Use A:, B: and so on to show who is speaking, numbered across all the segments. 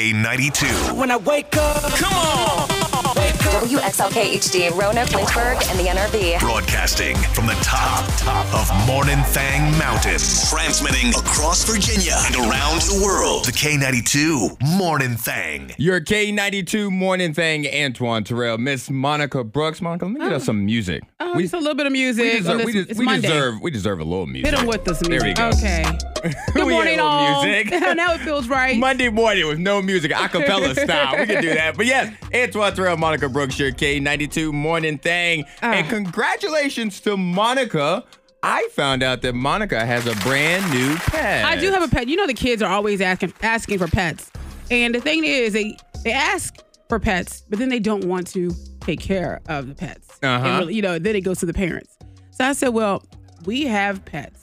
A: K92.
B: When I wake up, come on.
C: WXLK HD, Roanoke, Lynchburg, and the NRV.
A: Broadcasting from the top, top of Morning Thang Mountain.
D: Transmitting across Virginia and around the world.
A: The K92 Morning Thang.
E: Your K92 morning thing, Antoine Terrell, Miss Monica Brooks. Monica, let me get us some music.
F: Oh,
E: we,
F: just a little bit of music.
E: we
F: on
E: deserve,
F: this,
E: we, des-
F: Oh, it's
E: we
F: Monday.
E: deserve we deserve a little music.
F: Hit 'em with this
E: There we
F: music.
E: go.
F: Okay. Good
E: We
F: morning,
E: had a little
F: all.
E: music.
F: now it feels right.
E: Monday morning with no music, acapella style. We can do that. But yes, Antoine Terrell, Monica Brooks, your K92 morning thing.
F: Ah.
E: and congratulations to Monica. I found out that Monica has a brand new pet.
F: I do have a pet. You know, the kids are always asking asking for pets, and the thing is, they they ask for pets, but then they don't want to take care of the pets. And
E: Uh-huh.
F: really- you know, then it goes to the parents. So I said, well, we have pets.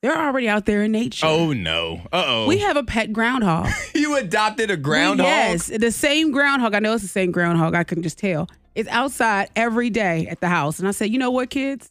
F: They're already out there in nature.
E: Oh no. Uh oh.
F: We have a pet groundhog.
E: you adopted a
F: We-
E: groundhog?
F: Yes, the same groundhog. I know it's the same groundhog. I can just tell. It's outside every day at the house. And I said, you know what, kids?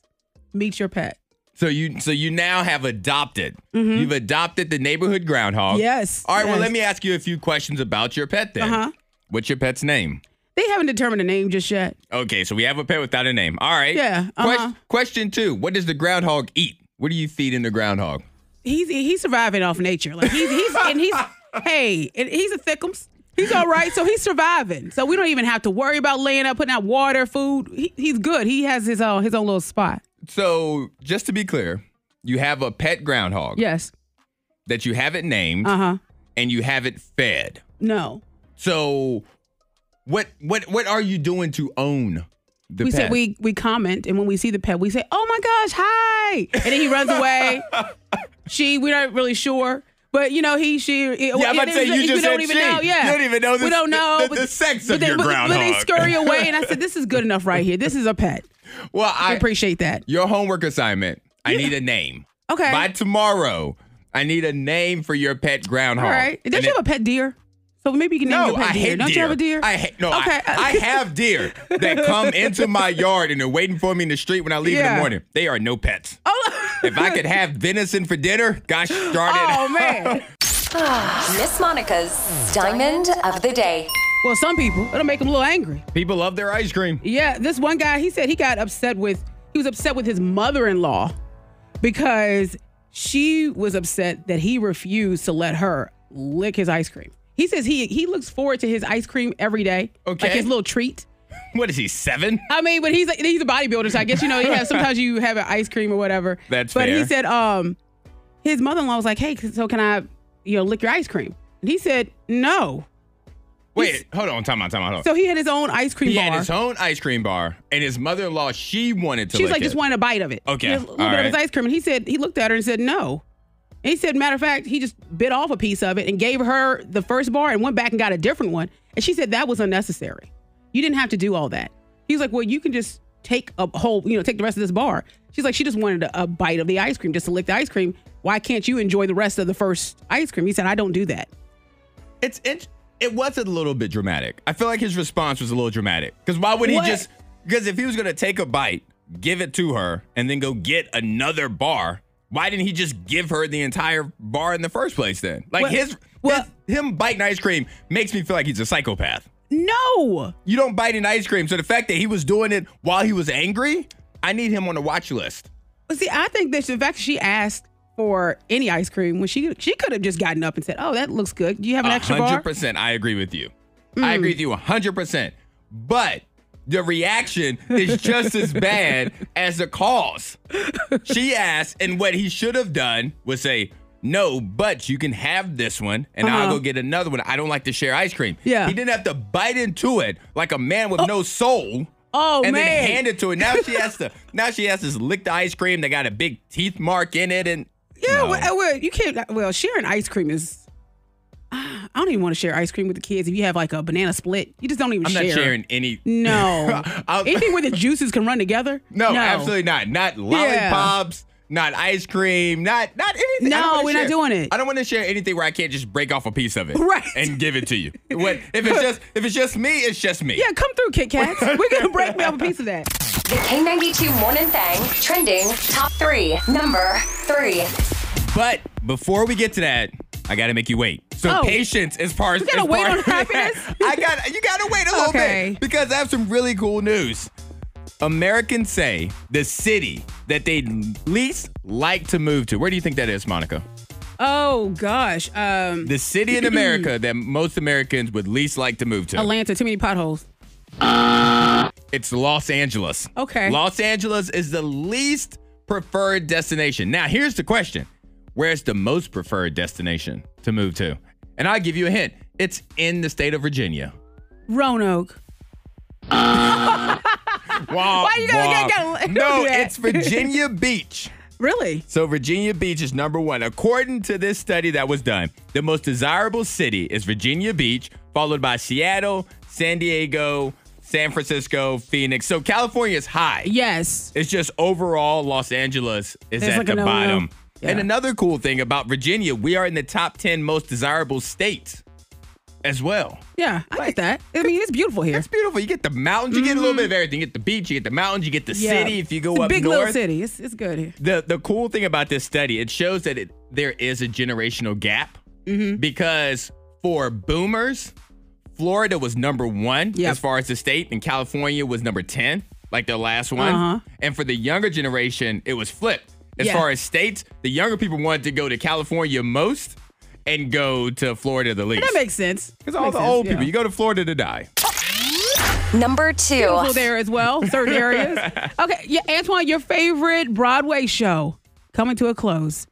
F: Meet your pet.
E: So you so you now have adopted. You've adopted the neighborhood groundhog.
F: Mm-hmm. Yes,
E: All right, well
F: yes.
E: let me ask you a few questions about your pet then.
F: Uh-huh.
E: What's your pet's name?
F: They haven't determined a name just yet.
E: Okay, so we have a pet without a name. All right.
F: Yeah,
E: Ques-
F: uh-huh.
E: question 2. What does the groundhog eat? What do you feed in the groundhog?
F: He's he's surviving off nature. Like he's he's and he's hey, and he's a thickums. He's all right, so he's surviving. So we don't even have to worry about laying up, putting out water, food. He, he's good. He has his own his own little spot.
E: So, just to be clear, you have a pet groundhog
F: Yes.
E: that you haven't named
F: Uh huh.
E: and you haven't fed.
F: No.
E: So, what what what are you doing to own the
F: we
E: pet?
F: said we we comment, and when we see the pet, we say, "Oh my gosh, hi!" And then he runs away. she, we're not really sure, but you know, he, she. It,
E: Yeah, I'm about
F: it-
E: to say,
F: it's-
E: you just
F: we don't
E: said
F: even
E: she.
F: know. Yeah,
E: You don't even know
F: We
E: this-
F: don't know
E: the-
F: but-
E: the sex
F: but
E: of
F: they,
E: your
F: but, But they
E: groundhog.
F: scurry away, and I said, "This is good enough right here. This is a pet.
E: well,
F: I
E: I
F: appreciate that."
E: your homework assignment. I need a name.
F: Okay.
E: By tomorrow, I need a name for your pet groundhog.
F: All right. Don't
E: And
F: you
E: it-
F: have a pet deer? So maybe you can name
E: no,
F: your pet
E: I
F: deer.
E: hate
F: Don't you have a deer?
E: I ha- no,
F: Okay.
E: I, I have deer that come into my yard and they're waiting for me in the street when I leave in the
F: Yeah.
E: morning. They are no pets.
F: Oh,
E: If I could have venison for dinner, gosh darn it.
F: oh man.
C: Miss Monica's Diamond of the Day.
F: Well, some people it'll make them a little angry.
E: People love their ice cream.
F: Yeah, this one guy, he said he got upset with he was upset with his mother-in-law because she was upset that he refused to let her lick his ice cream. He says he he looks forward to his ice cream every day.
E: Okay.
F: Like his little treat.
E: What is he, seven?
F: I mean, but he's a, he's a bodybuilder, so I guess you know you have sometimes you have an ice cream or whatever.
E: That's
F: But he
E: fair.
F: said, um, his mother-in-law was like, "Hey, so can I, you know, lick your ice cream?" And he said, "No."
E: Wait, hold on, time out, time out, hold on.
F: So he had his own ice cream
E: Uh, he
F: bar.
E: had his own ice cream bar, and his mother-in-law, she wanted to
F: She was
E: lick
F: like, just
E: it.
F: wanted a bite of it.
E: Okay,
F: Just a little
E: all
F: bit of his
E: right.
F: ice cream. And he said, he looked at her and said, no. And he said, matter of fact, he just bit off a piece of it and gave her the first bar and went back and got a different one. And she said, that was unnecessary. You didn't have to do all that. He was like, well, you can just take a whole, you know, take the rest of this bar. She's like, she just wanted a, a bite of the ice cream, just to lick the ice cream. Why can't you enjoy the rest of the first ice cream? He said, I don't do that.
E: It's it, it was a little bit dramatic. I feel like his response was a little dramatic. Because why would he
F: What?
E: just? Because if he was gonna take a bite, give it to her, and then go get another bar, why didn't he just give her the entire bar in the first place? Then, like
F: Well-
E: his,
F: well-
E: his him biting ice cream makes me feel like he's a psychopath.
F: No.
E: You don't bite an ice cream. So the fact that he was doing it while he was angry, I need him on the watch list.
F: But see, I think that the fact that she asked for any ice cream when she she could have just gotten up and said, "Oh, that looks good. Do you have an extra bar?" Hmm.
E: percent. I agree with you. I agree with you hundred percent. But the reaction is just as bad as the cause. She asked, and what he should have done was say, "No, but you can have this one, and I'll
F: Uh-huh.
E: go get another one. I don't like to share ice cream."
F: Yeah.
E: He didn't have to bite into it like a man with no soul.
F: Oh,
E: and
F: man.
E: then hand it to her. Now she has to. Now she has to lick the ice cream. They got a big teeth mark in it, and
F: Yeah,
E: No.
F: well, uh, well, you can't. Well, sharing ice cream is. I don't even want to share ice cream with the kids. If you have like a banana split, you just don't even
E: I'm
F: share.
E: not sharing any.
F: No.
E: I'll-
F: Anything where the juices can run together?
E: No, absolutely not. Not lollipops, not ice cream, not not anything. I don't
F: No,
E: wanna
F: we're not
E: share-
F: doing it.
E: I don't want to share anything where I can't just break off a piece of it,
F: Right.
E: and give it to you. What if it's just if it's just me? It's just me.
F: Yeah, come through, Kit Kats. We're going to break me up a piece of that.
C: The K92 Morning Thang, trending top three. Number three.
E: But before we get to that, I gotta make you wait. So
F: Oh.
E: patience as far as
F: We gotta
E: as
F: wait
E: far-
F: on happiness?
E: I got you gotta wait a little
F: Okay.
E: bit because I have some really cool news. Americans say the city that they least like to move to. Where do you think that is, Monica?
F: Oh gosh. Um
E: The city in America that most Americans would least like to move to.
F: Atlanta, too many potholes.
E: It's Los Angeles.
F: Okay.
E: Los Angeles is the least preferred destination. Now, here's the question Where's the most preferred destination to move to? And I'll give you a hint it's in the state of Virginia.
F: Roanoke.
E: Wow.
F: Why you gotta get- get-
E: No,
F: do that?
E: it's Virginia Beach.
F: Really?
E: So, Virginia Beach is number one. According to this study that was done, the most desirable city is Virginia Beach, followed by Seattle, San Diego, San Francisco, Phoenix. So, California is high.
F: Yes.
E: It's just overall Los Angeles is
F: There's
E: at
F: like
E: the
F: a no-no.
E: bottom. And
F: Yeah.
E: another cool thing about Virginia, we are in the top 10 most desirable states as well.
F: Yeah, I get that. I mean, it's beautiful here.
E: It's beautiful. You get the mountains, you get a little bit of everything. You get the beach, you get the mountains, you get the
F: Mm-hmm. Yeah.
E: city if you go
F: it's a
E: up
F: big little
E: north.
F: city. It's it's good here.
E: The the cool thing about this study, it shows that it, there is a generational gap
F: Mm-hmm.
E: because for boomers, Florida was number one
F: Yep.
E: as far as the state, and California was number 10, like the last one.
F: Uh-huh.
E: And for the younger generation, it was flipped. As
F: Yeah.
E: far as states, the younger people wanted to go to California most and go to Florida the least.
F: That makes sense.
E: Because all
F: Makes
E: the
F: sense,
E: old
F: yeah.
E: people, you go to Florida to die.
C: Number two.
F: Beautiful there as well, certain areas. Okay, yeah, Antoine, your favorite Broadway show coming to a close.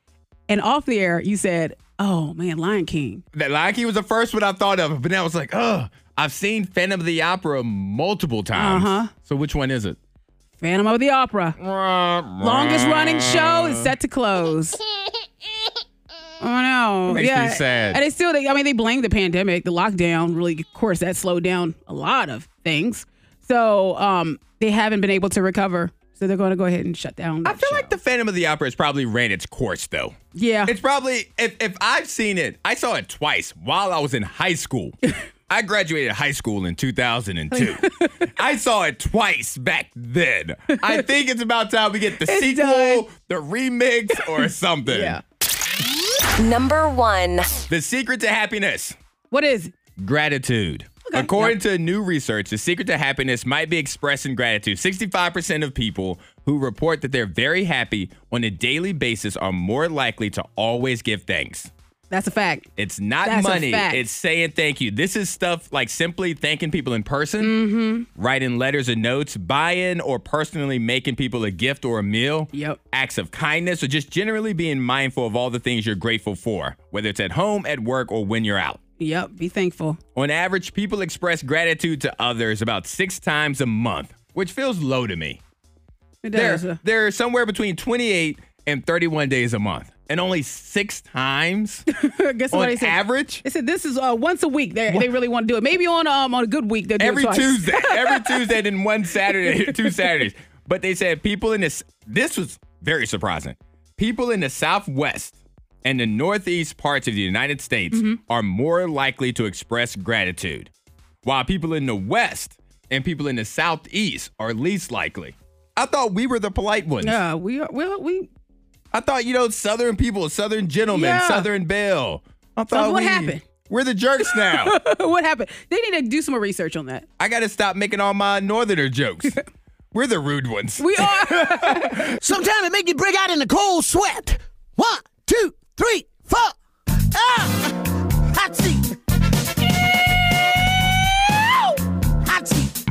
F: And off the air, you said, "Oh man, Lion King."
E: That Lion King was the first one I thought of, but then I was like, oh, I've seen Phantom of the Opera multiple times.
F: Uh-huh.
E: So which one is it?
F: Phantom of the Opera. Longest running show is set to close. Oh no.
E: Makes me
F: yeah.
E: sad.
F: And it's still they I mean they blame the pandemic, the lockdown, really of course that slowed down a lot of things. So um they haven't been able to recover. So they're gonna go ahead and shut down.
E: I feel like the Phantom of the Opera has probably ran its course though.
F: Yeah.
E: It's probably if if I've seen it, I saw it twice while I was in high school. I graduated high school in 2002. I saw it twice back then. I think it's about time we get the sequel,
F: done.
E: the remix, or something.
F: Yeah.
C: Number one.
E: The secret to happiness.
F: What is it?
E: Gratitude. According to new research, the secret to happiness might be expressing gratitude. 65% of people who report that they're very happy on a daily basis are more likely to always give thanks.
F: That's a fact.
E: It's not
F: That's a
E: money,
F: fact.
E: it's saying thank you. This is stuff like simply thanking people in person,
F: Mm-hmm.
E: writing letters and notes, buying or personally making people a gift or a meal,
F: Yep.
E: acts of kindness, or just generally being mindful of all the things you're grateful for, whether it's at home, at work, or when you're out.
F: Yep. Be thankful.
E: On average, people express gratitude to others about six times a month, which feels low to me.
F: It does.
E: They're, they're somewhere between 28 and 31 days a month, and only six times
F: Guess what
E: on
F: they said?
E: average
F: They said this is uh, once a week. They they really want to do it. Maybe on um on a good week they'll do
E: every
F: it twice.
E: Tuesday, every Tuesday, and then one Saturday, two Saturdays. But they said people in this, this was very surprising. People in the Southwest and the Northeast parts of the United States
F: Mm-hmm.
E: are more likely to express gratitude, while people in the West and people in the Southeast are least likely. I thought we were the polite ones.
F: Yeah, we are. Well, we.
E: I thought, you know, Southern people, Southern gentlemen,
F: Yeah.
E: Southern Belle. I thought
F: what
E: we-
F: happened?
E: We're the jerks now.
F: what happened? They need to do some more research on that.
E: I gotta stop making all my northerner jokes. We're the rude ones.
F: We are.
B: Sometimes it make you break out in a cold sweat. One, two, three, four. Ah! Hot seat. Ew! Hot seat.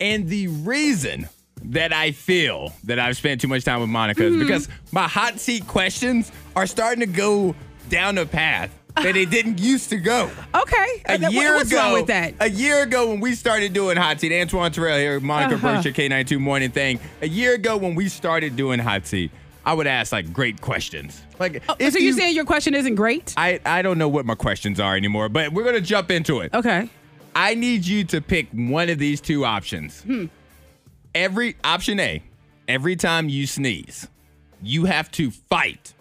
E: And the reason that I feel that I've spent too much time with Monica
F: Hmm.
E: is because my hot seat questions are starting to go down a path that they didn't used to go.
F: okay.
E: A year
F: What's
E: ago,
F: wrong with that?
E: a year ago when we started doing hot seat, Antoine Terrell here, Monica
F: Uh-huh.
E: Berkshire, K92 Morning Thing. A year ago when we started doing hot seat, I would ask like great questions. Like,
F: Oh,
E: if
F: so you're saying your question isn't great?
E: I, I don't know what my questions are anymore, but we're gonna jump into it.
F: okay.
E: I need you to pick one of these two options.
F: Hmm.
E: Every option A, every time you sneeze, you have to fight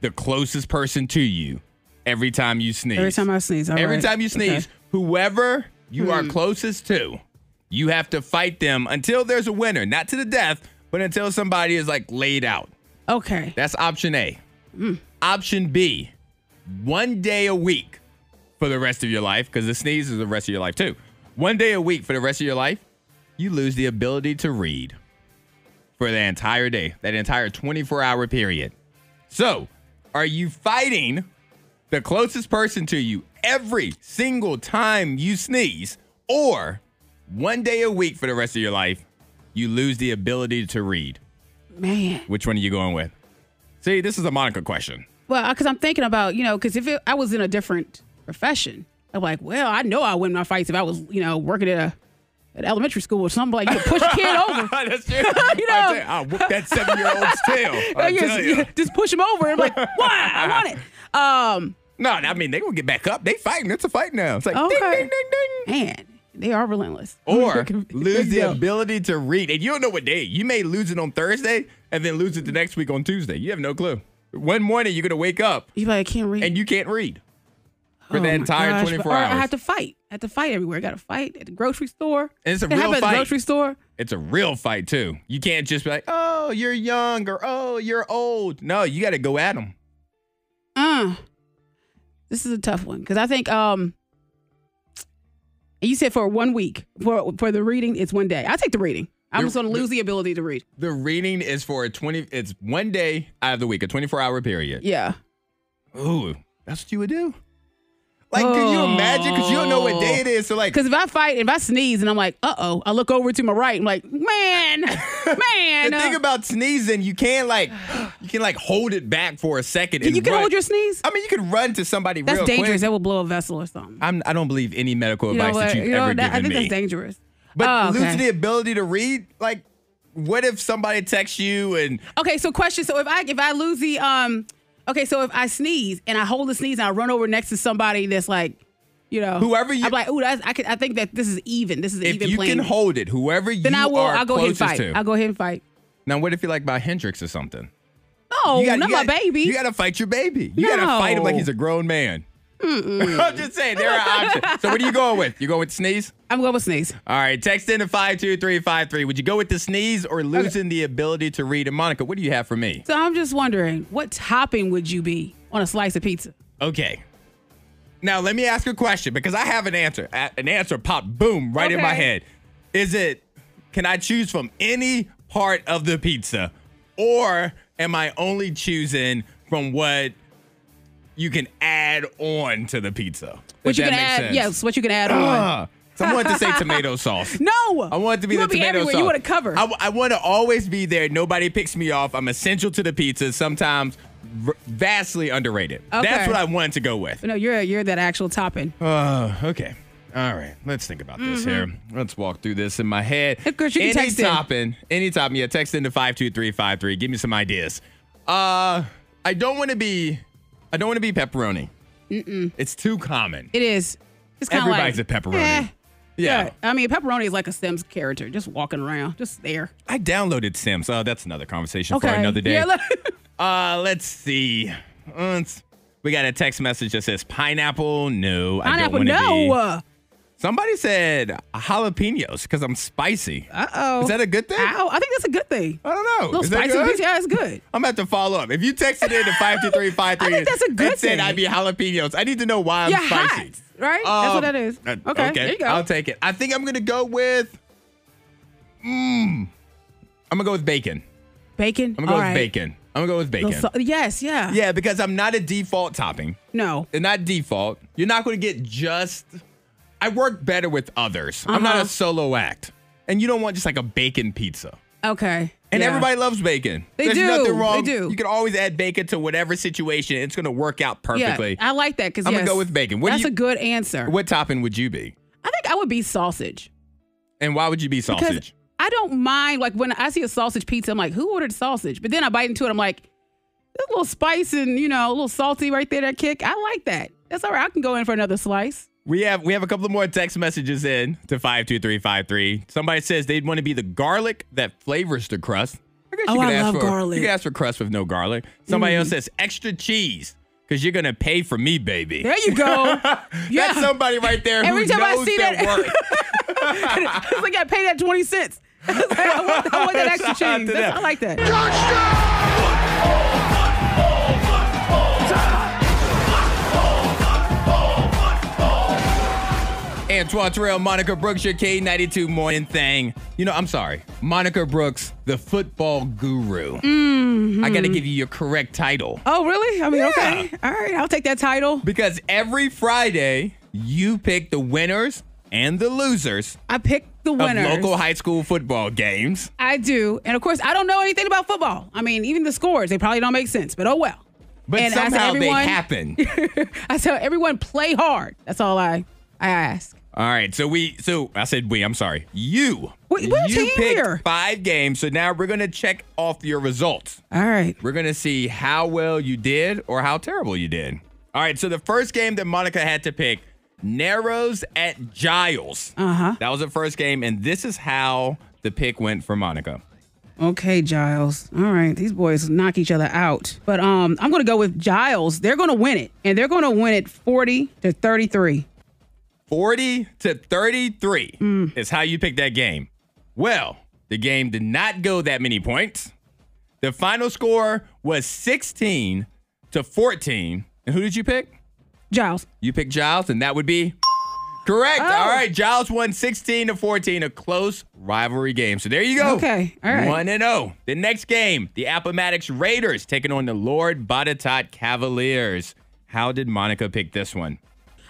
E: the closest person to you every time you sneeze.
F: Every time I sneeze. all
E: Every
F: right.
E: time you sneeze,
F: Okay. Hmm.
E: whoever you are closest to, you have to fight them until there's a winner, not to the death, but until somebody is like laid out.
F: Okay.
E: That's option A. Option B, one day a week for the rest of your life, because the sneeze is the rest of your life too. One day a week for the rest of your life, you lose the ability to read for the entire day, that entire 24 hour period. So, are you fighting the closest person to you every single time you sneeze, or one day a week for the rest of your life, you lose the ability to read?
F: Man.
E: Which one are you going with? See, this is a Monica question.
F: Well, because I'm thinking about, you know, because if it, I was in a different profession, I'm like, well, I know I win my fights if I was, you know, working at a at elementary school or something like you could push a kid over.
E: That's true.
F: You know.
E: I, tell you, I whoop that seven year old's tail. I
F: Like,
E: tell
F: just,
E: you.
F: just push him over. I'm like, why? I want it. Um,
E: No, I mean, they going to get back up. They fighting. It's a fight now. It's like ding,
F: Okay.
E: ding, ding, ding.
F: man, they are relentless.
E: Or lose the
F: Yeah.
E: ability to read. And you don't know what day. You may lose it on Thursday and then lose it the next week on Tuesday. You have no clue. One morning, you're going to wake up
F: You like I can't read
E: and you can't read for
F: Oh
E: the
F: my
E: entire
F: gosh.
E: 24
F: Or
E: hours.
F: I have to fight. I have to fight everywhere. I got to fight at the grocery store.
E: And it's a
F: It happened
E: real
F: At
E: fight.
F: the grocery store.
E: it's a real fight, too. You can't just be like, oh, you're young or oh, you're old. No, you got to go at them.
F: Uh, this is a tough one because I think um, you said for one week for for the reading, it's one day. I take the reading. I'm
E: You're-
F: just going to lose the ability to read.
E: The reading is for a 20, it's one day out of the week, a 24 hour period.
F: Yeah.
E: Ooh, that's what you would do. Like, can you imagine? Because you don't know what day it is. So, like,
F: Because if I fight, if I sneeze and I'm like, uh oh, I look over to my right. I'm like, man, man.
E: the
F: uh,
E: thing about sneezing, you can like, you can like hold it back for a second.
F: you
E: and
F: can
E: run.
F: hold your sneeze.
E: I mean, you can run to somebody
F: That's
E: real
F: dangerous.
E: quick.
F: That will blow a vessel or something.
E: I'm, I don't believe any medical
F: you know
E: advice
F: what?
E: that you've
F: You know,
E: ever
F: that- I
E: given
F: think
E: me.
F: that's dangerous.
E: But
F: Oh,
E: lose
F: okay.
E: the ability to read. Like, what if somebody texts you and
F: Okay, so question. So if I if I lose the um, okay, so if I sneeze and I hold the sneeze and I run over next to somebody that's like, you know,
E: Whoever you-
F: I'm like, ooh, that's I can I think that this is even. This is an
E: if
F: even
E: you
F: playing.
E: can hold it, whoever you
F: then I will.
E: are
F: I'll go ahead and
E: closest
F: fight.
E: to.
F: I'll go ahead and fight.
E: now, what if you're like by Hendrix or something?
F: No,
E: You gotta-
F: Oh, not
E: you
F: my
E: gotta-
F: baby.
E: You gotta fight your baby. You gotta fight him like
F: No.
E: he's a grown man. I'm just saying there are options. So what are you going with? You going with sneeze?
F: I'm going with sneeze.
E: All right, text in to five two three five three. Would you go with the sneeze or losing the ability to read? And Monica, what do you have for me?
F: So I'm just wondering, what topping would you be on a slice of pizza?
E: Okay. Now let me ask a question because I have an answer. A- An answer popped boom right in my
F: Okay.
E: head. Is it can I choose from any part of the pizza or am I only choosing from what you can add on to the pizza?
F: What
E: If
F: you
E: that
F: can
E: makes
F: add?
E: sense.
F: Yes, what you can add on?
E: Ah, so I want to say tomato sauce.
F: No,
E: I want it to be
F: you
E: the
F: wanna be
E: tomato
F: everywhere.
E: sauce.
F: You want to cover.
E: I, w- I want to always be there. Nobody picks me off. I'm essential to the pizza. Sometimes v- vastly underrated. That's
F: Okay.
E: what I wanted to go with.
F: no, you're you're that actual topping.
E: Uh, okay. All right. Let's think about this here. Let's walk through this in my head.
F: Because Mm-hmm. you can
E: any
F: text in.
E: topping, any topping. Yeah, text into five two three five three. Give me some ideas. Uh, I don't want to be. I don't want to be pepperoni. Mm-mm. It's too common.
F: It is. It's kind of
E: Everybody's
F: like,
E: a pepperoni.
F: eh.
E: yeah.
F: I mean, pepperoni is like a Sims character, just walking around, just there.
E: I downloaded Sims. Oh, that's another conversation for another day.
F: Yeah, look.
E: Uh, let's see. Let's- we got a text message that says pineapple. No,
F: Pineapple,
E: I don't want
F: no.
E: to be.
F: Uh
E: Somebody said jalapenos because I'm spicy.
F: oh.
E: Is that a good thing?
F: Ow, I think that's a good thing.
E: I don't know.
F: A little
E: Is that
F: spicy
E: good?
F: pizza, yeah, it's good.
E: I'm about to follow up. If you texted in to five two three five three,
F: I think that's a good
E: and said
F: thing.
E: I'd be jalapenos. I need to know why I'm
F: You're
E: spicy.
F: hot, right? that's what
E: Um,
F: that is.
E: uh,
F: Okay, there you go.
E: I'll take it. I think I'm gonna go with. Mmm. I'm gonna go with bacon.
F: bacon.
E: I'm gonna go
F: All
E: with
F: right.
E: bacon. I'm gonna go with bacon.
F: Little so- yes, yeah.
E: Yeah, because I'm not a default topping.
F: No.
E: and not default. You're not going to get just. I work better with others. I'm not
F: Uh-huh.
E: a solo act, and you don't want just like a bacon pizza.
F: Okay.
E: And
F: yeah.
E: everybody loves bacon.
F: They
E: There's
F: do.
E: nothing wrong.
F: They do.
E: You can always add bacon to whatever situation. It's going to work out perfectly.
F: Yeah, I like that because
E: I'm gonna go with bacon. What do
F: that's
E: you-
F: a good answer.
E: what topping would you be?
F: I think I would be sausage.
E: And why would you be
F: Because
E: sausage?
F: I don't mind like when I see a sausage pizza, I'm like, who ordered sausage? But then I bite into it, I'm like, there's a little spice and you know, a little salty right there, that kick. I like that. That's all right. I can go in for another slice.
E: We have we have a couple more text messages in to five two three five three. Somebody says they'd want to be the garlic that flavors the crust. I guess
F: Oh, I
E: ask
F: love
E: for,
F: garlic. Mm.
E: You can ask for crust with no garlic. Somebody else says extra cheese because you're gonna pay for me, baby.
F: There you go.
E: That's somebody right there.
F: Every
E: who
F: time I
E: knows
F: see
E: their
F: that-
E: work.
F: it's like I paid that 20 cents. I, was like, I want, I want that extra
E: Shout out
F: cheese.
E: to
F: That's-
E: them.
F: I like that.
E: Antoine Terrell, Monica Brooks, your K92 morning thing. You know, I'm sorry. Monica Brooks, the football guru.
F: Mm-hmm.
E: I got to give you your correct title.
F: Oh, really? I mean,
E: Yeah.
F: okay. All right, I'll take that title.
E: Because every Friday, you pick the winners and the losers
F: I picked the winners.
E: of local high school football games.
F: I do. And of course, I don't know anything about football. I mean, even the scores, they probably don't make sense, but oh well.
E: But
F: And I said
E: somehow they
F: everyone-
E: happen.
F: I tell everyone play hard. That's all I I ask.
E: All right, so we, so I said we. I'm sorry, you.
F: We- we're a
E: you
F: team
E: picked
F: here.
E: five games, so now we're gonna check off your results.
F: All right.
E: We're going to see how well you did or how terrible you did. All right, so the first game that Monica had to pick Narrows at Giles. Uh huh. That was the first game, and this is how the pick went for Monica.
F: Okay, Giles. All right. These boys knock each other out. But um I'm going to go with Giles. They're going to win it. And they're going to win it 40 to 33.
E: 40 to 33 is how you picked that game. Well, the game did not go that many points. The final score was 16 to 14. And who did you pick?
F: Giles.
E: You pick Giles, and that would be correct.
F: Oh.
E: All right, Giles won 16 to 14, a close rivalry game. So there you go.
F: Okay, all right.
E: 1 and 0. The next game, the Appomattox Raiders taking on the Lord Botetourt Cavaliers. How did Monica pick this one?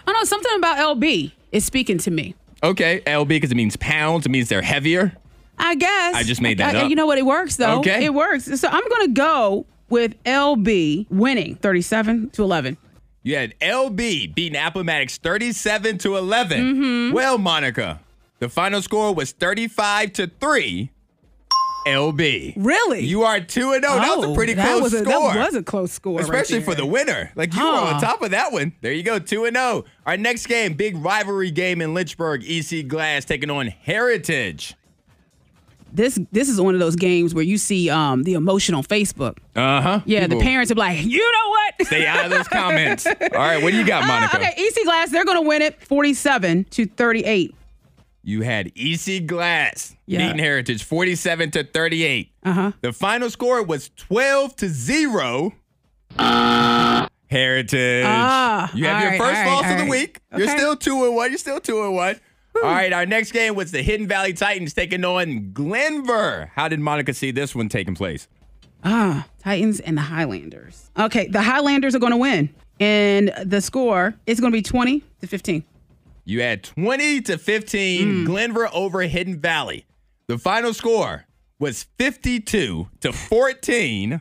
F: I know something about LB is speaking to me.
E: Okay, LB, because it means pounds, it means they're heavier.
F: I guess.
E: I just made that
F: I-
E: up.
F: You know what? It works though.
E: Okay.
F: It works. So I'm going to go with LB winning 37 to 11.
E: You had LB beating Appomattox 37 to 11.
F: Mm-hmm.
E: Well, Monica, the final score was 35 to 3. LB.
F: Really?
E: You are 2 and 0. that was a
F: Oh,
E: pretty
F: that
E: close
F: was a-
E: score.
F: that was a close score right
E: Especially for
F: there.
E: the winner. Like you were
F: Huh.
E: on top of that one. There you go, 2 and 0. Our next game, big rivalry game in Lynchburg, EC Glass taking on Heritage.
F: This this is one of those games where you see um the emotion on Facebook.
E: Uh-huh.
F: Yeah, the
E: People,
F: parents are like, you know what?
E: Stay out of those comments. All right, what do you got, Monica?
F: Ah, okay, EC Glass, they're going to win it 47 to 38.
E: You had EC Glass
F: Yeah.
E: beating Heritage 47 to 38. Uh-huh. The final score was 12 to 0. Heritage.
F: Ah,
E: you have
F: all
E: your
F: right,
E: first
F: all right,
E: loss
F: all
E: of the
F: right.
E: week. You're
F: Okay.
E: still 2 and 1. You're still 2 and 1. All right, our next game was the Hidden Valley Titans taking on Glenver. How did Monica see this one taking place?
F: Ah, Titans and the Highlanders. Okay, the Highlanders are going to win. And the score is going to be 20 to 15.
E: You had 20 to
F: Hmm.
E: 15 Glenver over Hidden Valley. The final score was 52 to 14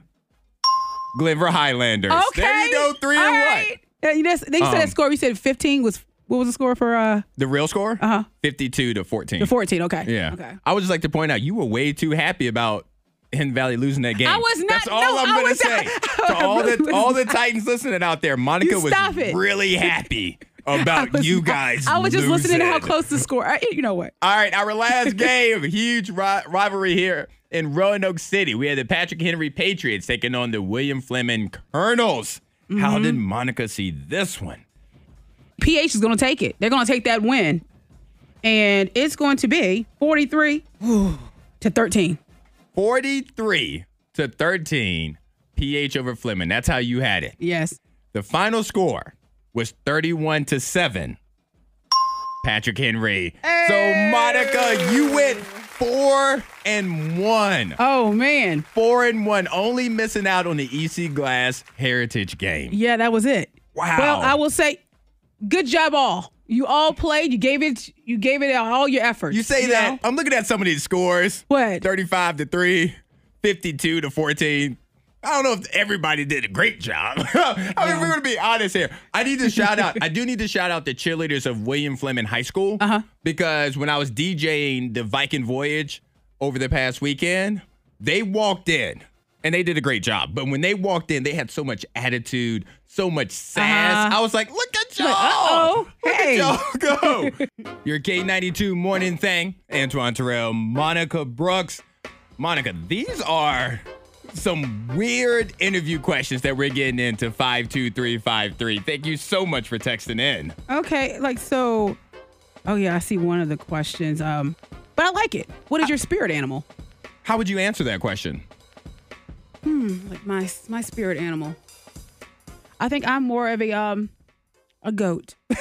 E: Glenver Highlanders.
F: Okay.
E: There you go, 3 and 1.
F: Yeah, you, just, you said
E: Um,
F: that score. You said 15 was what was the score for uh
E: The real score? Uh-huh. 52 to 14.
F: the 14? Okay.
E: Yeah.
F: Okay.
E: I would just like to point out you were way too happy about Hidden Valley losing that game.
F: I was not-
E: That's all
F: no,
E: I'm
F: I
E: gonna
F: was
E: say.
F: not-
E: to
F: I
E: all
F: really
E: the all
F: was
E: the
F: not.
E: Titans listening out there, Monica
F: You
E: was
F: stop it.
E: really happy about
F: was
E: Uh, you
F: not-
E: guys.
F: I, was just listening to how
E: losing.
F: close the score. I, you know what?
E: All right, our last game, huge ri- rivalry here in Roanoke City. We had the Patrick Henry Patriots taking on the William Fleming Colonels. How did Monica see this one?
F: PH is going to take it. They're going to take that win, and it's going to be 43 to 13.
E: 43 to 13, PH over Fleming. That's how you had it.
F: Yes.
E: The final score was 31 to 7. Patrick Henry. So Monica, you went 4 and 1.
F: Oh man.
E: 4 and 1, only missing out on the EC Glass Heritage game.
F: Yeah, that was it.
E: Wow.
F: Well, I will say, good job all. You all played. You gave it. You gave it all your efforts.
E: You say that.
F: know?
E: I'm looking at some of these scores.
F: What?
E: 35 to 3, 52 to 14. I don't know if everybody did a great job. I mean, if we're going to be honest here. I need to shout out. I do need to shout out the cheerleaders of William Fleming High School uh-huh. because when I was DJing the Viking Voyage over the past weekend, they walked in and they did a great job. But when they walked in, they had so much attitude, so much sass.
F: Uh-huh.
E: I was like, look at y'all.
F: uh-oh.
E: Look at
F: Hey.
E: y'all go. Oh. Your K92 morning thing, Antoine Terrell, Monica Brooks. Monica, these are some weird interview questions that we're getting into 52353. Thank you so much for texting in.
F: Okay. Like so. Oh yeah, I see one of the questions. Um, but I like it. What is your spirit animal?
E: How would you answer that question?
F: like my my spirit animal. I think I'm more of a um a goat.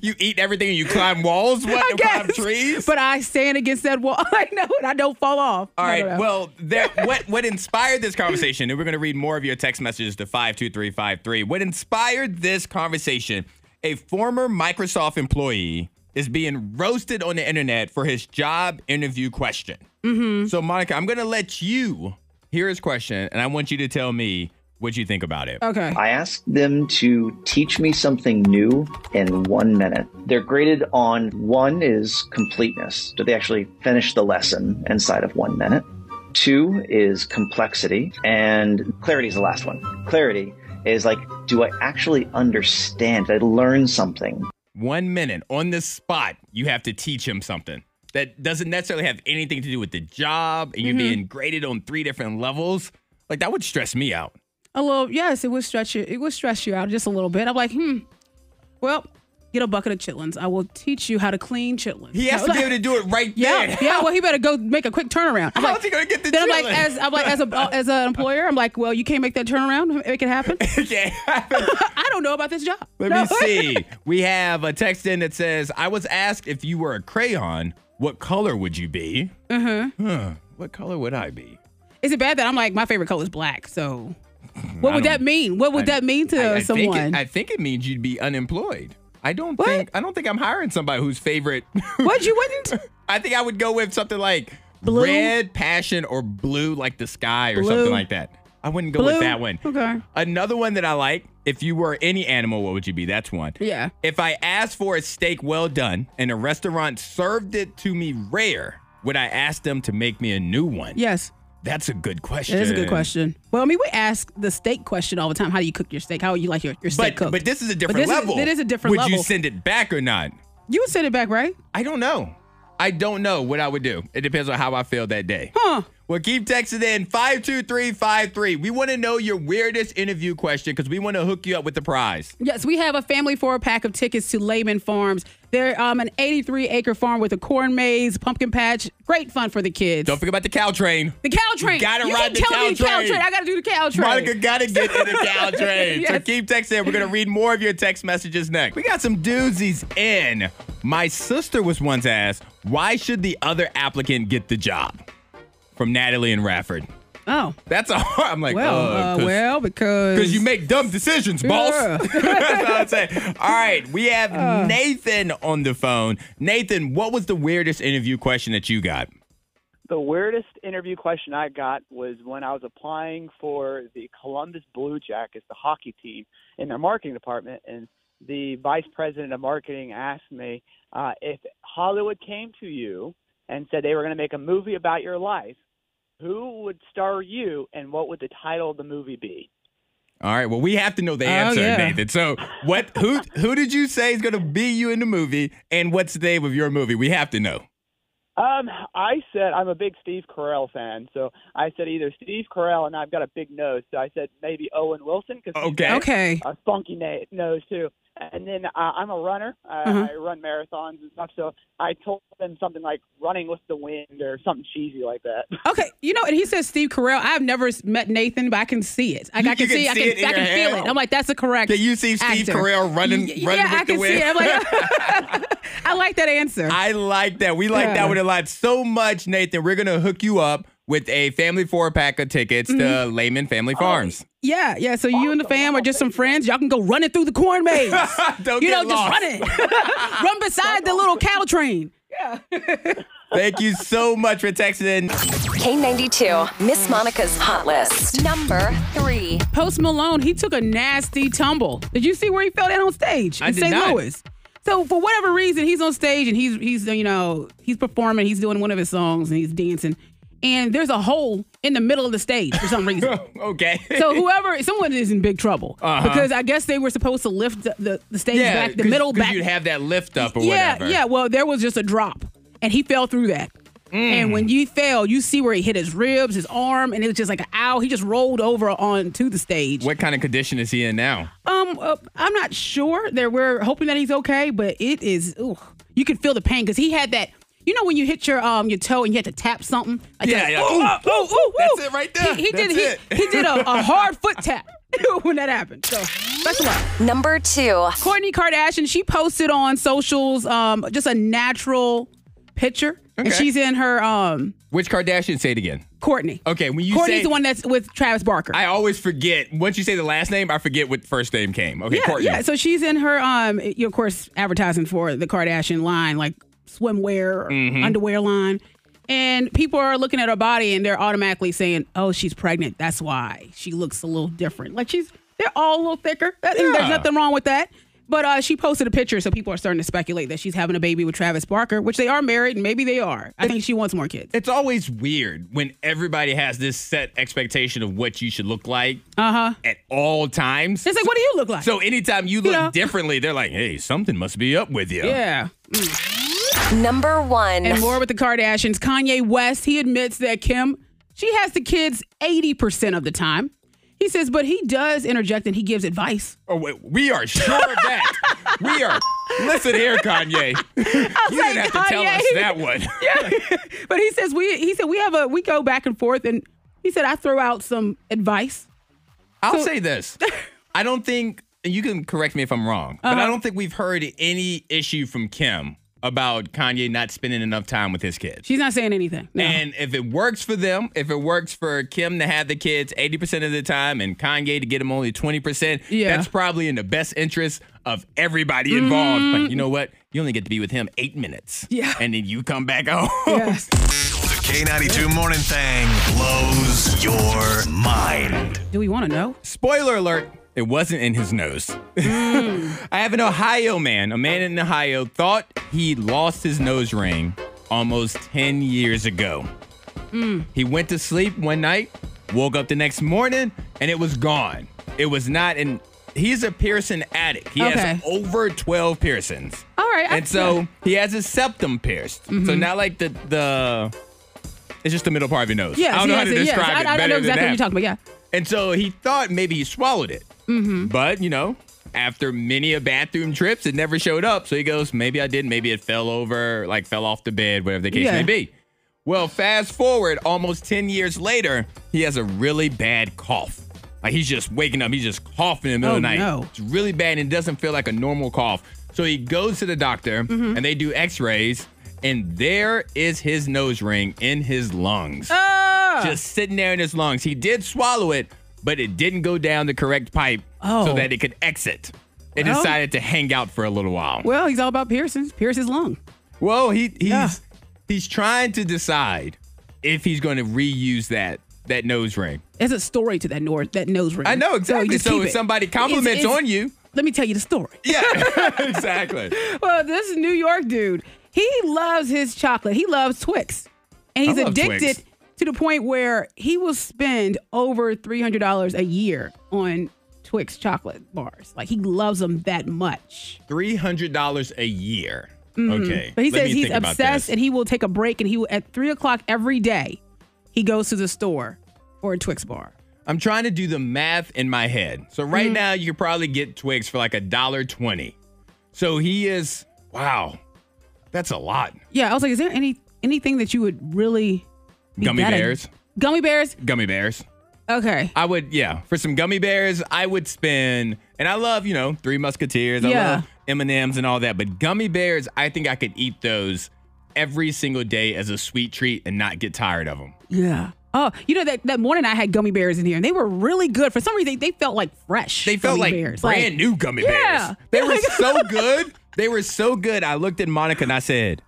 E: you eat everything and you climb walls? What?
F: I
E: You
F: guess.
E: Climb trees?
F: But I stand against that wall. I know it. I don't fall off.
E: All
F: No,
E: right.
F: no, no.
E: Well, there, what what inspired this conversation? And we're going to read more of your text messages to five two three five three. What inspired this conversation? A former Microsoft employee is being roasted on the internet for his job interview question. So, Monica, I'm going to let you hear his question, and I want you to tell me what you think about it.
F: okay.
G: I asked them to teach me something new in one minute. They're graded on one is completeness. Do they actually finish the lesson inside of one minute? Two is complexity. And clarity is the last one. Clarity is like, do I actually understand? Did I learn something?
E: One minute on the spot, you have to teach him something that doesn't necessarily have anything to do with the job, and you're being graded on three different levels. Like that would stress me out.
F: a little yes it would stretch you it would stress you out just a little bit i'm like hmm well get a bucket of chitlins i will teach you how to clean chitlins
E: He has
F: I was
E: to be
F: like,
E: able to do it right
F: yeah
E: there.
F: yeah well he better go make a quick turnaround I'm
E: How's
F: like-
E: he gonna get the
F: then i'm like
E: chitlins?
F: as i'm like as a as an employer i'm like well you can't make that turnaround make it happen
E: Okay.
F: i don't know about this job
E: Let
F: No.
E: me see. We have a text in that says, I was asked if you were a crayon, what color would you be? Uh-huh.
F: Mm-hmm.
E: Huh. What color would I be?
F: is it bad that i'm like my favorite color is black so what would that mean what would that mean to
E: I, I
F: someone
E: Think it, I think it means you'd be unemployed. I don't
F: What?
E: think I don't think I'm hiring somebody whose favorite
F: what you wouldn't
E: I think I would go with something like
F: Blue?
E: red passion or blue like the sky or
F: Blue.
E: something like that. I wouldn't go
F: Blue?
E: with that one.
F: Okay.
E: Another one that I like, if you were any animal, what would you be? That's one.
F: Yeah.
E: If I asked for a steak well done and a restaurant served it to me rare, would I ask them to make me a new one?
F: yes
E: That's a good question.
F: That is a good question. Well, I mean, we ask the steak question all the time. How do you cook your steak? How you like your, your steak
E: But,
F: cooked?
E: but this is a different
F: this is-
E: level.
F: it is a different
E: would Would
F: level.
E: you send it back or not?
F: you would send it back, right?
E: I don't know. I don't know what I would do. It depends on how I feel that day.
F: Huh.
E: Well, keep texting in 52353. We want to know your weirdest interview question because we want to hook you up with the prize.
F: Yes, we have a family four pack of tickets to Lehman Farms. They're um, an 83 acre farm with a corn maze, pumpkin patch. Great fun for the kids.
E: Don't forget about the cow train.
F: the cow train.
E: You gotta ride
F: keep
E: the
F: telling
E: cow
F: me the cow
E: train.
F: train. I gotta do the cow train.
E: Monica gotta get in the cow train. So
F: Yes.
E: keep texting. We're gonna read more of your text messages next. We got some doozies in. My sister was once asked, why should the other applicant get the job? From Natalie and Rafford.
F: oh
E: That's a hard. I'm like,
F: well,
E: uh,
F: uh,
E: 'cause-
F: well, because
E: Because you make dumb decisions, boss.
F: Yeah. Uh.
E: That's what I'm saying. All right, we have Nathan on the phone. Nathan, what was the weirdest interview question that you got?
H: The weirdest interview question I got was when I was applying for the Columbus Blue Jackets, the hockey team, in their marketing department, and the vice president of marketing asked me uh, if Hollywood came to you and said they were going to make a movie about your life, who would star you, and what would the title of the movie be?
E: All right, well, we have to know the answer,
F: Oh, yeah.
E: Nathan. So, what? Who? Who did you say is going to be you in the movie? And what's the name of your movie? We have to know.
H: Um, I said I'm a big Steve Carell fan, so I said either Steve Carell, and I've got a big nose, so I said maybe Owen Wilson because
E: Okay.
F: okay.
H: a funky na- nose too. And then uh, I'm a runner. Uh,
F: Uh-huh.
H: I run marathons and stuff. So I told them something like running with the wind or something cheesy like that.
F: Okay, you know, and he says Steve Carell. I've never s- met Nathan, but I can see it. Like,
E: You-
F: I can
E: you can
F: see, I
E: see
F: can,
E: it in
F: I
E: your
F: can feel
E: head.
F: it. I'm like, that's a correct.
E: Can you see Steve
F: actor.
E: Carell running- running
F: Y- yeah,
E: with the
F: I can
E: wind?
F: see it. I'm like, I like that answer.
E: I like that. We like
F: Yeah.
E: that one a lot so much, Nathan. We're going to hook you up with a family four pack of tickets to
F: Mm-hmm.
E: Layman Family
F: Oh.
E: Farms.
F: yeah, yeah. So you and the fam are just some friends. Y'all can go running through the corn maze.
E: Don't
F: you know,
E: get lost.
F: just running. Run beside the little cow train.
E: Thank you so much for texting in.
C: K92, Miss Monica's Hot List. Number three.
F: Post Malone, he took a nasty tumble. Did you see where he fell down on stage
E: I
F: in
E: did
F: St.
E: not.
F: Louis? So for whatever reason, he's on stage and he's he's you know he's performing, he's doing one of his songs and he's dancing, and there's a hole in the middle of the stage for some reason.
E: Okay.
F: So whoever, someone is in big trouble because I guess they were supposed to lift the, the, the stage back, the
E: Uh-huh. 'cause-
F: middle
E: 'cause
F: back.
E: You'd have that lift up or
F: yeah,
E: whatever.
F: yeah. Well, there was just a drop, and he fell through that.
E: Mm.
F: And when you fell, you see where he hit his ribs, his arm, and it was just like an ow. He just rolled over onto the stage.
E: What kind of condition is he in now?
F: Um, uh, I'm not sure. There, we're hoping that he's okay, but it is. Ooh, you can feel the pain because he had that. You know when you hit your um your toe and you had to tap something. Like
E: Yeah,
F: that,
E: yeah.
F: Ooh,
E: Oh,
F: ooh, ooh, ooh.
E: that's it right there.
F: He, he did.
E: That's
F: he,
E: it.
F: he did a, a hard foot tap. when that happened. So best of luck.
C: Number two.
F: Courtney Kardashian, she posted on socials um, just a natural picture. And
E: Okay.
F: she's in her um,
E: Which Kardashian? Say it again.
F: Courtney.
E: Okay, when you
F: Courtney's
E: say-
F: the one that's with Travis Barker.
E: I always forget. Once you say the last name, I forget what first name came. Okay,
F: yeah,
E: Courtney.
F: yeah. So she's in her um, you know, of course, advertising for the Kardashian line, like swimwear, or
E: Mm-hmm.
F: underwear line. And people are looking at her body and they're automatically saying, "Oh, she's pregnant. That's why she looks a little different." Like she's, they're all a little thicker. That- There's
E: Yeah.
F: nothing wrong with that. But uh, she posted a picture, so people are starting to speculate that she's having a baby with Travis Barker, which they are married, and maybe they are. I think she wants more kids.
E: It's always weird when everybody has this set expectation of what you should look like
F: Uh huh.
E: at all times.
F: It's like, what do you look like?
E: So anytime you look
F: know?
E: differently, they're like, "Hey, something must be up with you."
F: yeah.
C: Number one.
F: And more with the Kardashians. Kanye West, he admits that Kim, she has the kids 80% of the time. He says, but he does interject and he gives advice.
E: Oh, wait, we are sure of that. we are. Listen here, Kanye. you didn't
F: like,
E: have to tell us
F: Kanye.
E: that one.
F: But he says we he said we have a we go back and forth and he said I throw out some advice.
E: I'll say this. I don't think and you can correct me if I'm wrong, but I
F: Uh-huh.
E: don't think we've heard any issue from Kim about Kanye not spending enough time with his kids.
F: She's not saying anything. No.
E: And if it works for them, if it works for Kim to have the kids 80% of the time and Kanye to get them only 20%,
F: Yeah.
E: that's probably in the best interest of everybody involved. But you know what? You only get to be with him eight minutes.
F: Mm-hmm. Yeah.
E: And then you come back home.
F: yes.
A: The K92 Morning Thang blows your mind.
F: Do we want to know?
E: Spoiler alert, it wasn't in his nose.
F: Mm.
E: I have an Ohio man. A man in Ohio thought he lost his nose ring almost 10 years ago.
F: Mm.
E: He went to sleep one night, woke up the next morning, and it was gone. It was not in. He's a piercing addict. He
F: Okay.
E: has over 12 piercings.
F: All right. I-
E: And so he has his septum pierced. So
F: Mm-hmm.
E: not like the the it's just the middle part of your nose.
F: Yes,
E: I don't know how
F: yes,
E: to
F: yes.
E: describe
F: I-
E: it
F: I,
E: better
F: know
E: than
F: exactly what
E: that.
F: you're talking about. Yeah.
E: And so he thought maybe he swallowed it.
F: Mm-hmm.
E: But, you know, after many a bathroom trips, it never showed up. So he goes, maybe I did. Maybe it fell over, like fell off the bed, whatever the case
F: Yeah.
E: may be. Well, fast forward almost 10 years later, he has a really bad cough. Like he's just waking up, he's just coughing in the middle of the
F: Oh,
E: night.
F: no.
E: It's really bad and it doesn't feel like a normal cough. So he goes to the doctor
F: Mm-hmm.
E: and they do x rays, and there is his nose ring in his lungs
F: Ah!
E: just sitting there in his lungs. He did swallow it, but it didn't go down the correct pipe
F: Oh.
E: so that it could exit. It
F: Well.
E: decided to hang out for a little while.
F: well, he's all about piercings. Pierce his lung.
E: Well, he he's
F: Yeah.
E: he's trying to decide if he's going to reuse that that nose ring.
F: There's a story to that nor- that nose ring.
E: I know
F: Mm-hmm. you
E: exactly.
F: just
E: So,
F: keep
E: if
F: it.
E: somebody
F: It's-
E: compliments
F: it's-
E: on you,
F: Let me tell you the story.
E: yeah, exactly.
F: Well, this New York dude, he loves his chocolate. He loves Twix. And he's
E: I love
F: addicted
E: Twix.
F: to the point where he will spend over $300 a year on Twix chocolate bars. Like he loves them that much.
E: Three hundred dollars a year. Okay,
F: Mm-hmm. But he
E: let
F: says
E: me
F: he's
E: think about
F: obsessed
E: this.
F: and he will take a break and he will, at three o'clock every day, he goes to the store for a Twix bar.
E: I'm trying to do the math in my head. So right now you could probably get Twix for like a dollar twenty. So he is wow, that's a lot.
F: Yeah, I was like, is there any anything that you would really be
E: Gummy
F: that ad-
E: bears.
F: Gummy bears?
E: Gummy bears.
F: Okay.
E: I would yeah, for some gummy bears, I would spend and I love, you know, three musketeers. I
F: Yeah.
E: love M&Ms and all that, but gummy bears, I think I could eat those every single day as a sweet treat and not get tired of them.
F: Yeah. Oh, you know that, that morning I had gummy bears in here, and they were really good. For some reason, they, they felt like fresh.
E: They felt like
F: gummy bears.
E: brand
F: Like,
E: new gummy
F: Yeah.
E: bears. They were so good. They were so good. I looked at Monica and I said,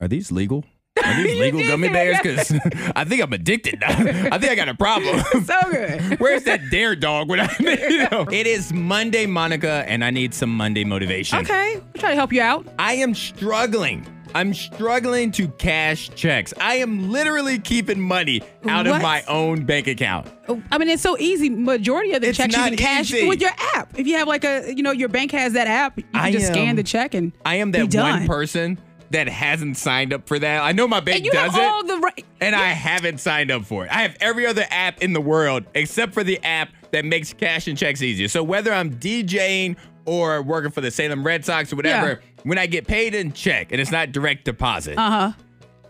E: "Are these legal? Are these legal
F: did
E: gummy
F: say
E: bears? Because I think I'm addicted. now. I think I got a problem."
F: So good.
E: Where's that dare dog? When I, you know? It is Monday, Monica, and I need some Monday motivation.
F: okay, we'll try to help you out.
E: I am struggling. I'm struggling to cash checks. I am literally keeping money out
F: What?
E: of my own bank account.
F: I mean, it's so easy. Majority of the
E: Oh. It's
F: checks you
E: not
F: can cash
E: easy.
F: with your app. If you have like a, you know, your bank has that app, you can
E: I
F: just scan
E: am-
F: the check and
E: I am
F: be
E: that
F: done.
E: one person that hasn't signed up for that. I know my bank
F: And you
E: does
F: have all
E: it.
F: the right.
E: and I haven't signed up for it. I have every other app in the world except for the app that makes cash and checks easier. So whether I'm DJing or working for the Salem Red Sox or whatever, when I get paid in check and it's not direct deposit,
F: Uh huh.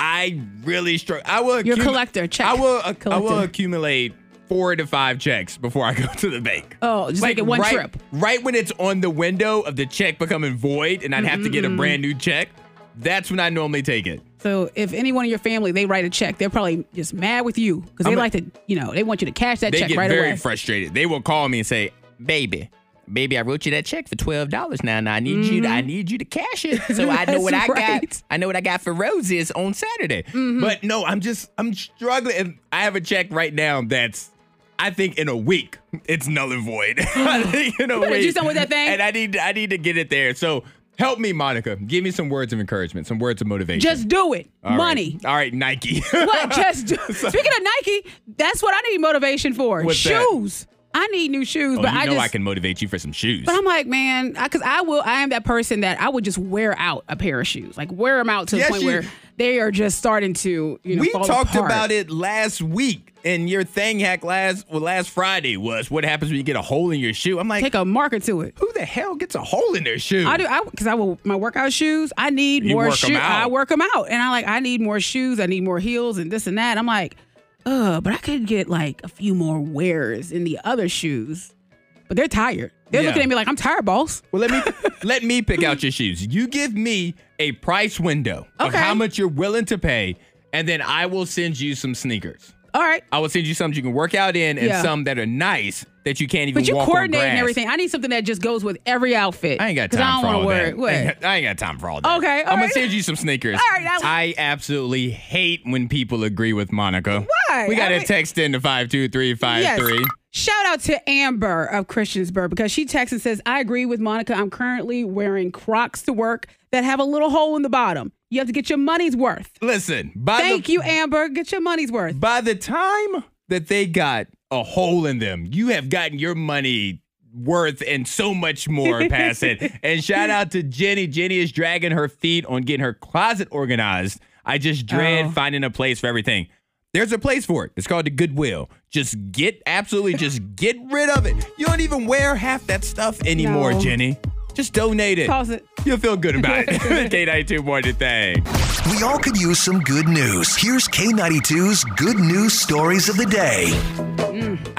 E: I really struggle. I will.
F: You're a
E: accumu-
F: collector, check
E: I will. I will
F: collector.
E: accumulate four to five checks before I go to the bank.
F: Oh, just make it one
E: right,
F: trip.
E: Right when it's on the window of the check becoming void and I'd have to get
F: Mm-hmm.
E: a brand new check, that's when I normally take it.
F: So if anyone in your family they write a check, they're probably just mad with you because they
E: I'm a-
F: like to, you know, they want you to cash that
E: They
F: check
E: get
F: right
E: very
F: away.
E: frustrated. They will call me and say, "Baby, baby, I wrote you that check for twelve dollars now, and I need you. To, I need you to cash it, so I know what I
F: Mm-hmm. That's right. Mm-hmm.
E: got. I know what I got for roses on Saturday. But no, I'm just I'm struggling. And I have a check right now that's." I think in a week it's null and void. I think in a
F: Better do
E: week,
F: something with that thing.
E: and I need I need to get it there. So help me, Monica. Give me some words of encouragement, some words of motivation.
F: just do it.
E: All right.
F: Money.
E: All right, Nike.
F: What? Just do- speaking of Nike, that's what I need motivation for.
E: What's that?
F: shoes. I need new shoes,
E: Oh,
F: but
E: you
F: I
E: know
F: just
E: I can motivate you for some shoes.
F: But I'm like, man, because I, will. I am that person that I would just wear out a pair of shoes, like wear them out to
E: Yes,
F: the point
E: you-
F: where they are just starting to, you know,
E: we
F: fall
E: talked
F: apart.
E: about it last week, and your thing hack last well, last Friday was what happens when you get a hole in your shoe. I'm like,
F: Take a marker to it.
E: who the hell gets a hole in their shoe?
F: I do. I because I will my workout shoes. I need
E: You
F: more
E: work 'em
F: shoes.
E: out.
F: I work them out, and I like I need more shoes. I need more heels and this and that. I'm like, uh, but I could get like a few more wears in the other shoes. But they're tired. They're
E: Yeah.
F: looking at me like I'm tired, boss.
E: Well, let me let me pick out your shoes. You give me a price window of
F: Okay.
E: how much you're willing to pay, and then I will send you some sneakers.
F: All right,
E: I will send you some you can work out in, and
F: Yeah.
E: some that are nice that you can't even.
F: but you
E: walk on
F: coordinate and
E: grass.
F: everything. I need something that just goes with every outfit.
E: I ain't got
F: 'Cause
E: time
F: I
E: for
F: don't
E: all
F: want
E: that.
F: to worry.
E: I,
F: What?
E: ain't got, I ain't got time for all that.
F: Okay,
E: I'm
F: all
E: gonna
F: right.
E: send you some sneakers.
F: All right, I-
E: I, absolutely hate when people agree with Monica.
F: Why?
E: We got
F: I
E: to
F: mean-
E: text in to five two three five
F: Yes.
E: three.
F: Shout out to Amber of Christiansburg because she texts and says, I agree with Monica. I'm currently wearing Crocs to work that have a little hole in the bottom. You have to get your money's worth.
E: Listen, by
F: Thank
E: the,
F: you, Amber. Get your money's worth.
E: By the time that they got a hole in them, you have gotten your money worth and so much more past it. And shout out to Jenny. Jenny is dragging her feet on getting her closet organized. I just dread
F: Oh.
E: finding a place for everything. There's a place for it. It's called the Goodwill. Just get absolutely just get rid of it. You don't even wear half that stuff anymore,
F: No.
E: Jenny. Just donate it.
F: Toss it.
E: You'll feel good about it. K92 morning thing.
D: We all could use some good news. Here's K92's good news stories of the day.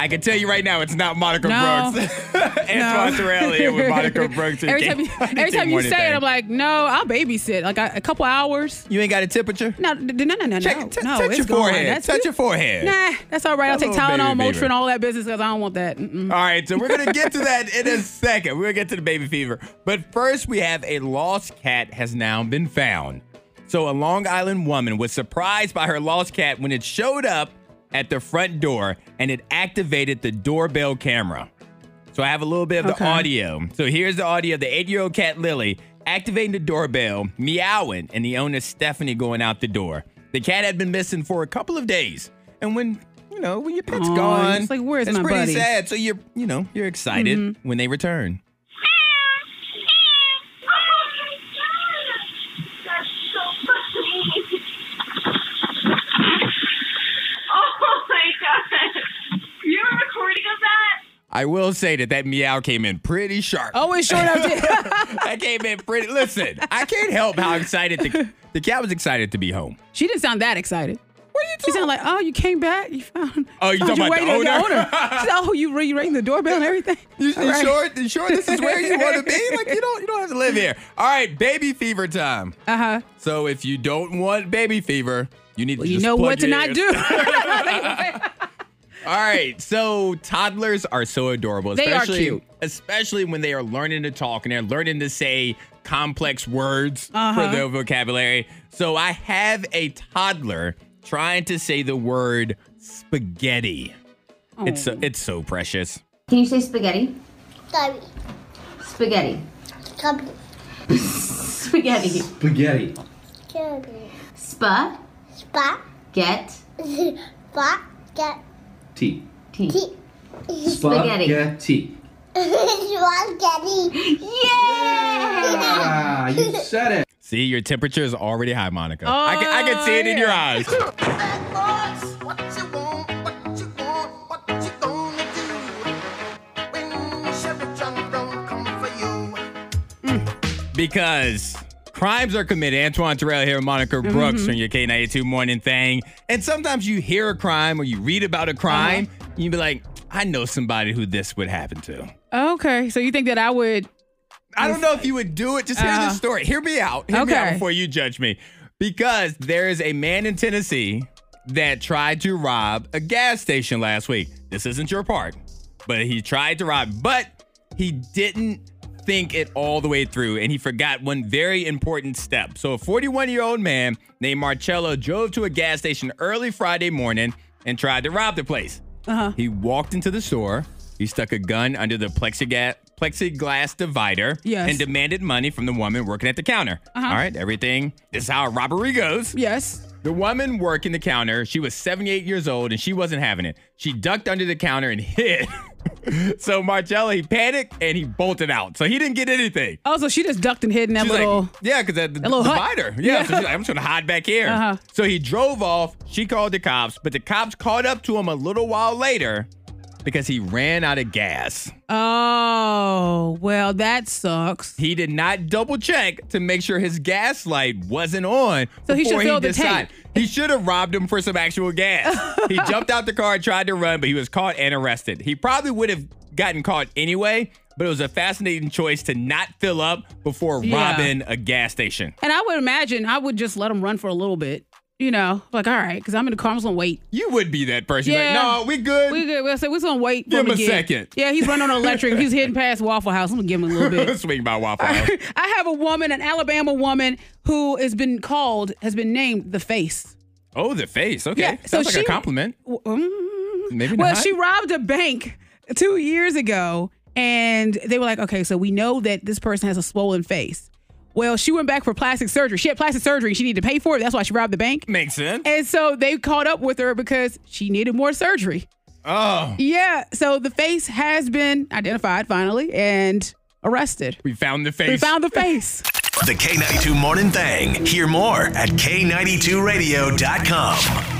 E: I can tell you right now, it's not Monica
F: No.
E: Brooks. Antoine Terrell here with Monica Brooks. and
F: every
E: Kate-
F: time you,
E: I didn't
F: every
E: think
F: time you
E: more
F: say
E: than
F: it,
E: that.
F: I'm like, no, I'll babysit. Like I- a couple hours.
E: you ain't got a temperature?
F: No, d- no, no, no,
E: Check-
F: no.
E: t-
F: no,
E: touch
F: it's
E: your
F: gone.
E: forehead.
F: That's-
E: Touch your forehead.
F: Nah, that's all right. I'll take
E: Little
F: Tylenol,
E: baby fever.
F: Motrin, all that business because I don't want that. Mm-mm.
E: All right, so we're gonna get to that in a second. We're gonna get to the baby fever. But first we have a lost cat has now been found. So a Long Island woman was surprised by her lost cat when it showed up at the front door and it activated the doorbell camera. So I have a little bit of the
F: Okay.
E: audio. So here's the audio of the eight-year-old cat Lily activating the doorbell, meowing, and the owner Stephanie going out the door. The cat had been missing for a couple of days. And when you know, when your pet's
F: Aw, you're
E: gone,
F: just like, "Where's
E: it's
F: my
E: pretty
F: buddy?" Mm-hmm.
E: sad. Yeah, so you're you know you're excited when they return.
I: That's so funny. Oh my god. You're recording of that?
E: I will say that that meow came in pretty sharp.
F: Oh, it sure enough did.
E: that came in pretty. Listen, I can't help how excited the the cat was excited to be home.
F: She didn't sound that excited. What are you talking? She sounded like, oh, you came back. You found.
E: Oh, you
F: found
E: talking
F: your
E: about the
F: way to
E: owner?
F: She said, oh, you, re- you rang the doorbell and everything.
E: You,
F: All
E: you
F: right.
E: sure? You sure this is where you want to be? Like you don't you don't have to live here. All right, baby fever time. Uh huh. So if you don't want baby fever, you need
F: Well,
E: to
F: you
E: just
F: know
E: plug
F: what to
E: your
F: not
E: ears.
F: do.
E: All right, so toddlers are so adorable.
F: They are
E: Especially,
F: cute.
E: especially when they are learning to talk and they're learning to say complex words
F: Uh-huh.
E: for their vocabulary. So I have a toddler trying to say the word spaghetti. It's
F: Oh.
E: so, it's so precious.
J: Can you say spaghetti?
I: Gummy.
J: Spaghetti.
I: Gummy.
J: Spaghetti.
I: Gummy.
J: Spa.
I: Spot.
J: Get.
I: Spot. Get.
J: Tea.
I: Tea.
J: Spaghetti.
I: Spaghetti.
J: Yeah!
E: See, your temperature is already high, Monica. I, can, I can see it in
F: Oh,
E: your eyes. because crimes are committed. Antoine Terrell here, Monica
F: Mm-hmm. Uh-huh.
E: Brooks from your K92 morning thing. And sometimes you hear a crime or you read about a crime You'd be like, I know somebody who this would happen to.
F: Okay. So you think that I would?
E: I don't know if you would do it. Just hear
F: Uh-huh.
E: this story. Hear me out. Hear me out
F: Okay.
E: before you judge me. Because there is a man in Tennessee that tried to rob a gas station last week. This isn't your part, but he tried to rob, but he didn't think it all the way through and he forgot one very important step. So, a 41 year old man named Marcello drove to a gas station early Friday morning and tried to rob the place.
K: Uh-huh.
E: He walked into the store. He stuck a gun under the plexiglass, plexiglass divider
F: Yes.
E: and demanded money from the woman working at the counter.
F: Uh-huh.
E: All right, everything. This is how a robbery goes.
F: Yes.
E: The woman working the counter, she was 78 years old and she wasn't having it. She ducked under the counter and hid. so Marcello, he panicked and he bolted out. So he didn't get anything.
F: Oh, so she just ducked and hid in that
E: She's
F: little.
E: like, yeah, because the, the
F: little hut.
E: divider. Yeah,
F: Yeah.
E: so she's like, I'm just gonna hide back here.
F: Uh-huh.
E: So he drove off. She called the cops, but the cops caught up to him a little while later because he ran out of gas.
F: oh, well, that sucks.
E: He did not double check to make sure his gas light wasn't on.
F: So he should
E: before
F: fill the
E: decide-
F: tank.
E: He should have robbed him for some actual gas. he jumped out the car and tried to run, but he was caught and arrested. He probably would have gotten caught anyway, but it was a fascinating choice to not fill up before
F: Yeah.
E: robbing a gas station.
F: And I would imagine I would just let him run for a little bit. You know, like, all right, because I'm in the car. I'm just going to wait.
E: You would be that person.
F: Yeah.
E: Like, no, we good.
F: We good. We'll say we're gonna wait. for
E: Give him a
F: to get-
E: second.
F: Yeah, he's running on electric. he's hitting past Waffle House. I'm gonna give him a little bit.
E: Swing by Waffle House.
F: I have a woman, an Alabama woman, who has been called, has been named the face.
E: Oh, the face. Okay.
F: Yeah, so
E: Sounds like
F: she-
E: a compliment.
F: W- mm.
E: Maybe
F: well,
E: not.
F: she robbed a bank two years ago, and they were like, okay, so we know that this person has a swollen face. Well, she went back for plastic surgery. She had plastic surgery. She needed to pay for it. That's why she robbed the bank.
E: Makes sense.
F: And so they caught up with her because she needed more surgery.
E: Oh.
F: Yeah. So the face has been identified finally and arrested.
E: We found the face.
F: We found the face.
D: The K92 Morning Thing. Hear more at K92Radio.com.